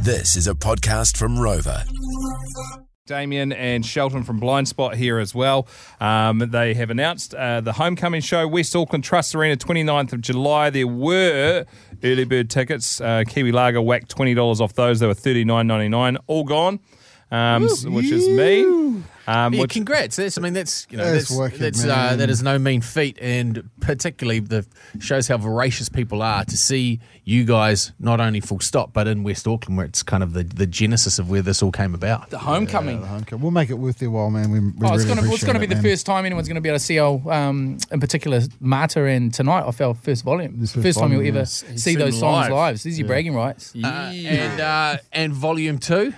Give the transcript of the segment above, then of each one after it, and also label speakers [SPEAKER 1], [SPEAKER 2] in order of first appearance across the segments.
[SPEAKER 1] This is a podcast from Rover.
[SPEAKER 2] Damien and Shelton from Blind Spot here as well. Um, they have announced uh, the homecoming show, West Auckland Trust Arena, 29th of July. There were early bird tickets. Uh, Kiwi Lager whacked twenty dollars off those. They were thirty nine ninety nine, all gone, um, s- which is mean. Um,
[SPEAKER 3] Yeah,
[SPEAKER 2] which,
[SPEAKER 3] congrats. That's, I mean, that's you know,
[SPEAKER 4] That's
[SPEAKER 3] that's,
[SPEAKER 4] wicked,
[SPEAKER 3] that's uh,
[SPEAKER 4] man.
[SPEAKER 3] that is no mean feat, and particularly the shows how voracious people are to see you guys not only full stop, but in West Auckland, where it's kind of the, the genesis of where this all came about.
[SPEAKER 5] The homecoming.
[SPEAKER 4] Okay, we'll make it worth their while, man. We, we
[SPEAKER 5] Oh,
[SPEAKER 4] really
[SPEAKER 5] it's gonna it's
[SPEAKER 4] appreciate
[SPEAKER 5] gonna
[SPEAKER 4] it,
[SPEAKER 5] be the
[SPEAKER 4] man.
[SPEAKER 5] first time anyone's gonna be able to see our, um, in particular, Marta and tonight off our first volume. First,
[SPEAKER 4] first
[SPEAKER 5] time you'll
[SPEAKER 4] volume,
[SPEAKER 5] ever
[SPEAKER 4] yeah.
[SPEAKER 5] see
[SPEAKER 2] seen
[SPEAKER 5] those songs
[SPEAKER 2] live.
[SPEAKER 5] live. This is your bragging rights.
[SPEAKER 3] Uh, and uh, and volume two.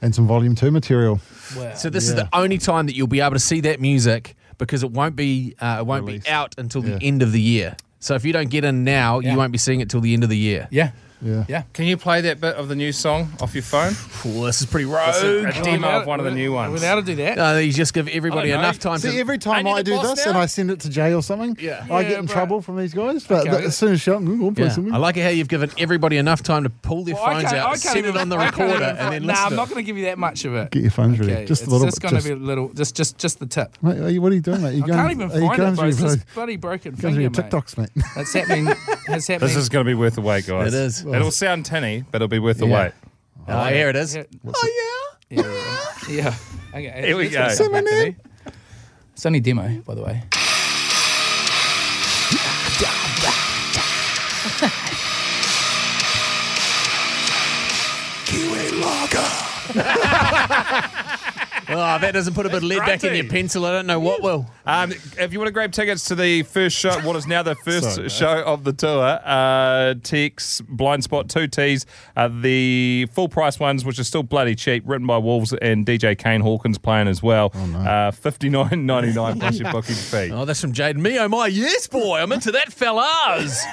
[SPEAKER 4] and some volume two material.
[SPEAKER 5] Wow.
[SPEAKER 3] So this is the only time that you'll be able to see that music because it won't be uh, it won't
[SPEAKER 4] Released.
[SPEAKER 3] be out until
[SPEAKER 4] Yeah.
[SPEAKER 3] the end of the year. So if you don't get in now,
[SPEAKER 5] Yeah.
[SPEAKER 3] you won't be seeing it till the end of the year.
[SPEAKER 5] yeah.
[SPEAKER 4] Yeah.
[SPEAKER 5] Yeah.
[SPEAKER 2] can you play that bit of the new song off your phone?
[SPEAKER 3] Cool, this is pretty
[SPEAKER 2] It's a,
[SPEAKER 3] rogue.
[SPEAKER 2] a demo of one of the new ones.
[SPEAKER 5] Without to do that.
[SPEAKER 3] Uh, you just give everybody
[SPEAKER 2] I don't know.
[SPEAKER 3] enough time
[SPEAKER 4] See,
[SPEAKER 3] to
[SPEAKER 4] every time
[SPEAKER 2] Ain't he
[SPEAKER 4] I
[SPEAKER 2] the
[SPEAKER 4] do
[SPEAKER 2] boss
[SPEAKER 4] this
[SPEAKER 2] now?
[SPEAKER 4] and I send it to Jay or something,
[SPEAKER 3] Yeah.
[SPEAKER 4] I
[SPEAKER 5] Yeah,
[SPEAKER 4] get in
[SPEAKER 5] bro.
[SPEAKER 4] trouble from these guys. But
[SPEAKER 5] Okay.
[SPEAKER 4] as soon as Shelton, go on, play
[SPEAKER 3] Yeah.
[SPEAKER 4] something.
[SPEAKER 3] I like it how you've given everybody enough time to pull their
[SPEAKER 5] Well, Oh, I
[SPEAKER 3] phones
[SPEAKER 5] can't- I
[SPEAKER 3] out,
[SPEAKER 5] can't
[SPEAKER 3] set it
[SPEAKER 5] even-
[SPEAKER 3] on the
[SPEAKER 5] I can't
[SPEAKER 3] recorder,
[SPEAKER 5] even-
[SPEAKER 3] and then
[SPEAKER 5] Nah, I'm
[SPEAKER 3] listen.
[SPEAKER 5] not going to give you that much of it.
[SPEAKER 4] Get your phones ready.
[SPEAKER 5] Okay,
[SPEAKER 4] Just a
[SPEAKER 5] it's
[SPEAKER 4] little
[SPEAKER 5] just
[SPEAKER 4] bit.
[SPEAKER 5] going to
[SPEAKER 4] Just,
[SPEAKER 5] be a little, just, just, just the tip.
[SPEAKER 4] mate, are you- what are you doing, mate? Are you
[SPEAKER 5] I
[SPEAKER 4] going,
[SPEAKER 5] can't even
[SPEAKER 4] are you
[SPEAKER 5] find
[SPEAKER 4] going
[SPEAKER 5] it, bro. It's
[SPEAKER 4] through your,
[SPEAKER 5] this bloody broken
[SPEAKER 4] going
[SPEAKER 5] finger,
[SPEAKER 4] through your
[SPEAKER 5] mate.
[SPEAKER 4] TikToks, mate.
[SPEAKER 5] That's happening. That's happening.
[SPEAKER 2] this is going to be worth the wait, guys.
[SPEAKER 3] It is.
[SPEAKER 2] It'll sound tinny, but it'll be worth the
[SPEAKER 3] Yeah.
[SPEAKER 2] wait.
[SPEAKER 3] oh, here it is.
[SPEAKER 5] Yeah.
[SPEAKER 3] Oh, yeah.
[SPEAKER 5] Yeah. yeah. Okay.
[SPEAKER 2] Here we
[SPEAKER 5] it's-
[SPEAKER 2] go.
[SPEAKER 5] it's- It's only demo, by the way.
[SPEAKER 3] Oh, if that doesn't put a bit of lead back in
[SPEAKER 2] grunty.
[SPEAKER 3] your pencil. I don't know what will.
[SPEAKER 2] Um, if you want to grab tickets to the first show, what is now the first show of the tour, uh, text Blind Spot 2Ts, uh, the full price ones, which are still bloody cheap, written by Wolves and DJ Kane Hawkins playing as well. uh, Fifty nine ninety nine plus your booking fee.
[SPEAKER 3] Oh, that's from Jaden. Me, oh my, yes, boy. I'm into that, fellas.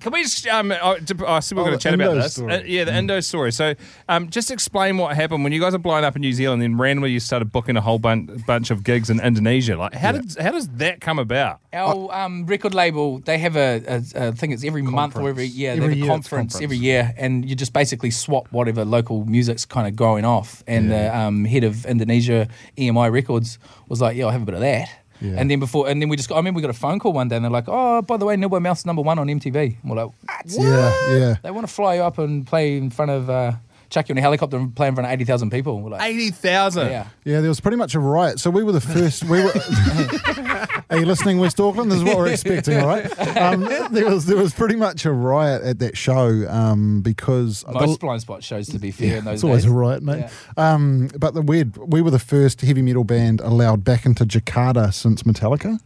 [SPEAKER 2] Can we just, um, I, I said we are
[SPEAKER 4] Oh,
[SPEAKER 2] going
[SPEAKER 4] the
[SPEAKER 2] to chat about
[SPEAKER 4] Indo
[SPEAKER 2] this.
[SPEAKER 4] story.
[SPEAKER 2] Uh, yeah, the Indo story. So um, just explain what happened when you guys are blowing up in New Zealand, then randomly you started booking a whole bun- bunch of gigs in Indonesia. Like, how, did, how does that come about?
[SPEAKER 5] Our um, record label, they have a, a, a thing. It's every month or every year. They
[SPEAKER 4] Every
[SPEAKER 5] have a
[SPEAKER 4] year it's
[SPEAKER 5] conference,
[SPEAKER 4] conference.
[SPEAKER 5] every year, and you just basically swap whatever local music's kind of going off. And the um, head of Indonesia EMI Records was like, "Yeah, I'll have a bit of that."
[SPEAKER 4] Yeah.
[SPEAKER 5] And then before, and then we just got, I remember we got a phone call one day, and they're like, "Oh, by the way, Nibble Mouse number one on MTV." And we're like, "What?"
[SPEAKER 4] yeah, yeah.
[SPEAKER 5] They want to fly you up and play in front of, uh, chuck you in a helicopter and play in front of eighty thousand people. We're like,
[SPEAKER 2] 80,000.
[SPEAKER 5] "Yeah."
[SPEAKER 4] Yeah, there was pretty much a riot. So we were the first. We were. Are you listening, West Auckland? This is what we're expecting, all right? Um, there was there was pretty much a riot at that show um, because
[SPEAKER 5] Most blind spot shows, to be fair, in those
[SPEAKER 4] it's always
[SPEAKER 5] days.
[SPEAKER 4] a riot, mate. Um, but the weird, we were the first heavy metal band allowed back into Jakarta since Metallica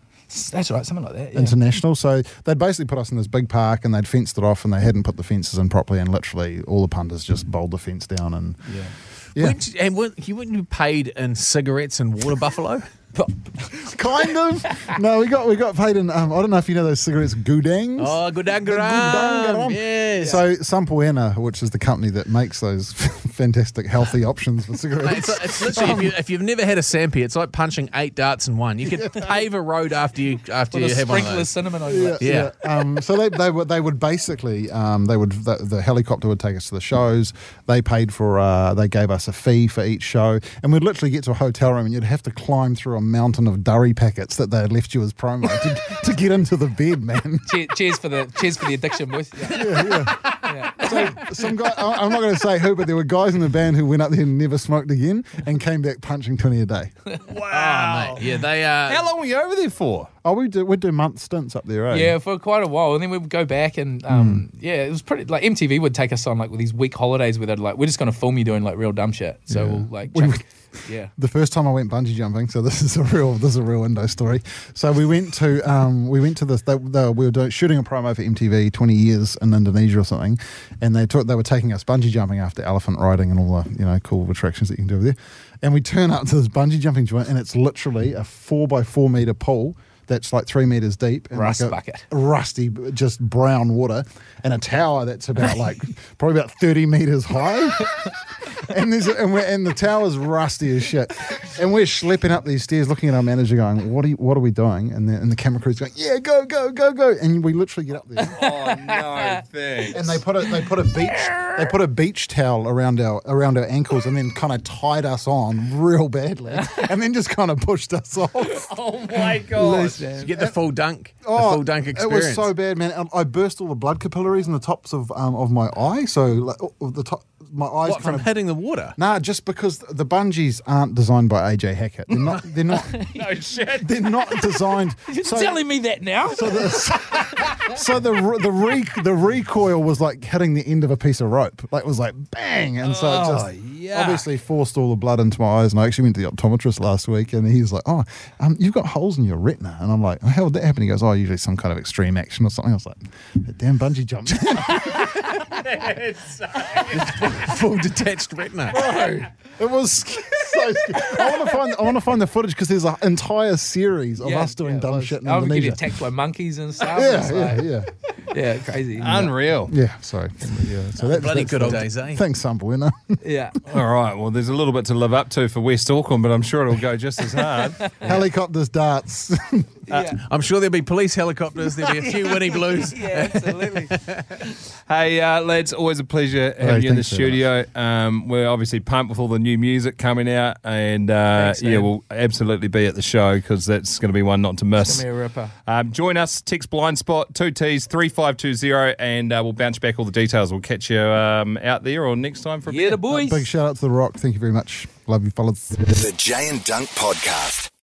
[SPEAKER 5] That's right, something like that. Yeah.
[SPEAKER 4] International. So they'd basically put us in this big park and they'd fenced it off and they hadn't put the fences in properly and literally all the punters just bowled the fence down and yeah. Yeah.
[SPEAKER 3] Weren't you- and weren't, you wouldn't you paid in cigarettes and water buffalo?
[SPEAKER 4] kind of. No, we got we got paid in. Um, I don't know if you know those cigarettes, Gudangs.
[SPEAKER 3] oh, good dang,
[SPEAKER 4] The
[SPEAKER 3] Garam.
[SPEAKER 4] Gudangaram.
[SPEAKER 3] Yes.
[SPEAKER 4] So Sampoena, which is the company that makes those fantastic healthy options for
[SPEAKER 3] Mate, It's,
[SPEAKER 4] cigarettes.
[SPEAKER 3] it's literally if, you, if you've never had a sampi, it's like punching eight darts in one. You could pave a road after you after
[SPEAKER 5] With
[SPEAKER 3] you
[SPEAKER 5] a
[SPEAKER 3] have one of
[SPEAKER 5] sprinkle of
[SPEAKER 3] those.
[SPEAKER 5] cinnamon on it.
[SPEAKER 3] Yeah.
[SPEAKER 4] um, so they, they would they would basically um, they would the, the helicopter would take us to the shows. They paid for uh, they gave us a fee for each show, and we'd literally get to a hotel room, and you'd have to climb through a mountain of durry packets that they had left you as promo to, to get into the bed, man.
[SPEAKER 5] Che- cheers for the cheers for the addiction, boys. Yeah.
[SPEAKER 4] So some guy, I- I'm not going to say who, but there were guys in the band who went up there and never smoked again and came back punching 20 a day.
[SPEAKER 3] Wow. Ah, Yeah, they uh, are.
[SPEAKER 2] How long were you over there for?
[SPEAKER 4] Oh, we do, we'd do month stints up there, eh?
[SPEAKER 5] Yeah, for quite a while, and then we'd go back
[SPEAKER 4] Hmm.
[SPEAKER 5] and um, yeah, it was pretty. Like MTV would take us on like with these week holidays where they'd like, we're just gonna film you doing like real dumb shit. So we'll like,
[SPEAKER 4] We
[SPEAKER 5] chuck-
[SPEAKER 4] would-
[SPEAKER 5] yeah,
[SPEAKER 4] The first time I went bungee jumping, so this is a real this is a real window story. So we went to um, we went to this they, they, we were doing, shooting a promo for MTV twenty years in Indonesia or something, and they took they were taking us bungee jumping after elephant riding and all the you know cool attractions that you can do over there, and we turn up to this bungee jumping joint and it's literally a four by four meter pool that's like three meters deep and
[SPEAKER 5] Rust
[SPEAKER 4] like a
[SPEAKER 5] bucket.
[SPEAKER 4] rusty just brown water and a tower that's about like probably about 30 meters high and there's and we're and the tower's rusty as shit, and we're schlepping up these stairs, looking at our manager, going, "What are you, what are we doing?" And the, and the camera crew's going, "Yeah, go, go, go, go!" And we literally get up there,
[SPEAKER 2] Oh no, thanks.
[SPEAKER 4] and they put a they put a beach they put a beach towel around our around our ankles, and then kind of tied us on real badly, and then just kind of pushed us off.
[SPEAKER 2] oh my god.
[SPEAKER 3] You get the full dunk, the full dunk
[SPEAKER 4] Oh, It
[SPEAKER 3] experience.
[SPEAKER 4] was so bad, man. Um, I burst all the blood capillaries in the tops of um, of my eye. So like, oh, oh, the top, my
[SPEAKER 3] What,
[SPEAKER 4] eyes kind
[SPEAKER 3] from
[SPEAKER 4] of.
[SPEAKER 3] hitting the water?
[SPEAKER 4] Nah, just because the bungees aren't designed by AJ Hackett. They're not. They're not.
[SPEAKER 2] No shit.
[SPEAKER 4] they're not designed.
[SPEAKER 5] You're
[SPEAKER 4] so,
[SPEAKER 5] telling me that now?
[SPEAKER 4] so the so the re- the, re- the recoil was like hitting the end of a piece of rope. Like it was like bang, and so
[SPEAKER 5] Oh,
[SPEAKER 4] it just obviously forced all the blood into my eyes. And I actually went to the optometrist last week, and he's like, "Oh, um, you've got holes in your retina," and I'm like, "How would that happen?" He goes, "Oh, usually some kind of extreme action or something." I was like, "That damn bungee jump."
[SPEAKER 3] full detached retina.
[SPEAKER 4] It was sc- so scary. I want to find I want to find the footage because there's an entire series of us doing dumb shit in
[SPEAKER 5] I would get
[SPEAKER 4] Indonesia.
[SPEAKER 5] attacked by monkeys and stuff.
[SPEAKER 4] yeah,
[SPEAKER 5] It's
[SPEAKER 4] yeah,
[SPEAKER 5] like-
[SPEAKER 4] yeah,
[SPEAKER 5] yeah, crazy.
[SPEAKER 2] Unreal.
[SPEAKER 4] yeah. Sorry. Yeah. So that's
[SPEAKER 3] Bloody
[SPEAKER 4] that's-
[SPEAKER 3] good old
[SPEAKER 4] that's-
[SPEAKER 3] days, eh?
[SPEAKER 4] Thanks, Sambuena.
[SPEAKER 5] yeah.
[SPEAKER 2] All right. Well, there's a little bit to live up to for West Auckland, but I'm sure it'll go just as hard.
[SPEAKER 4] Helicopters, darts.
[SPEAKER 5] yeah.
[SPEAKER 3] I'm sure there'll be police helicopters. There'll be a few Winnie Blues.
[SPEAKER 5] Yeah, absolutely.
[SPEAKER 2] hey, uh, lads, always a pleasure having
[SPEAKER 4] Hey,
[SPEAKER 2] you in the
[SPEAKER 4] thanks very
[SPEAKER 2] studio. Um, we're obviously pumped with all the new music coming out, and uh,
[SPEAKER 5] Thanks,
[SPEAKER 2] yeah,
[SPEAKER 5] man.
[SPEAKER 2] we'll absolutely be at the show because that's going to be one not to miss.
[SPEAKER 5] Give me a ripper.
[SPEAKER 2] Um, join us, text blind spot two T's three five two zero, and uh, we'll bounce back all the details. We'll catch you um, out there or next time for a
[SPEAKER 5] Yeah,
[SPEAKER 2] beer.
[SPEAKER 5] the boys.
[SPEAKER 4] Big shout out to The Rock. Thank you very much. Love you, fellas.
[SPEAKER 1] The Jay and Dunk Podcast.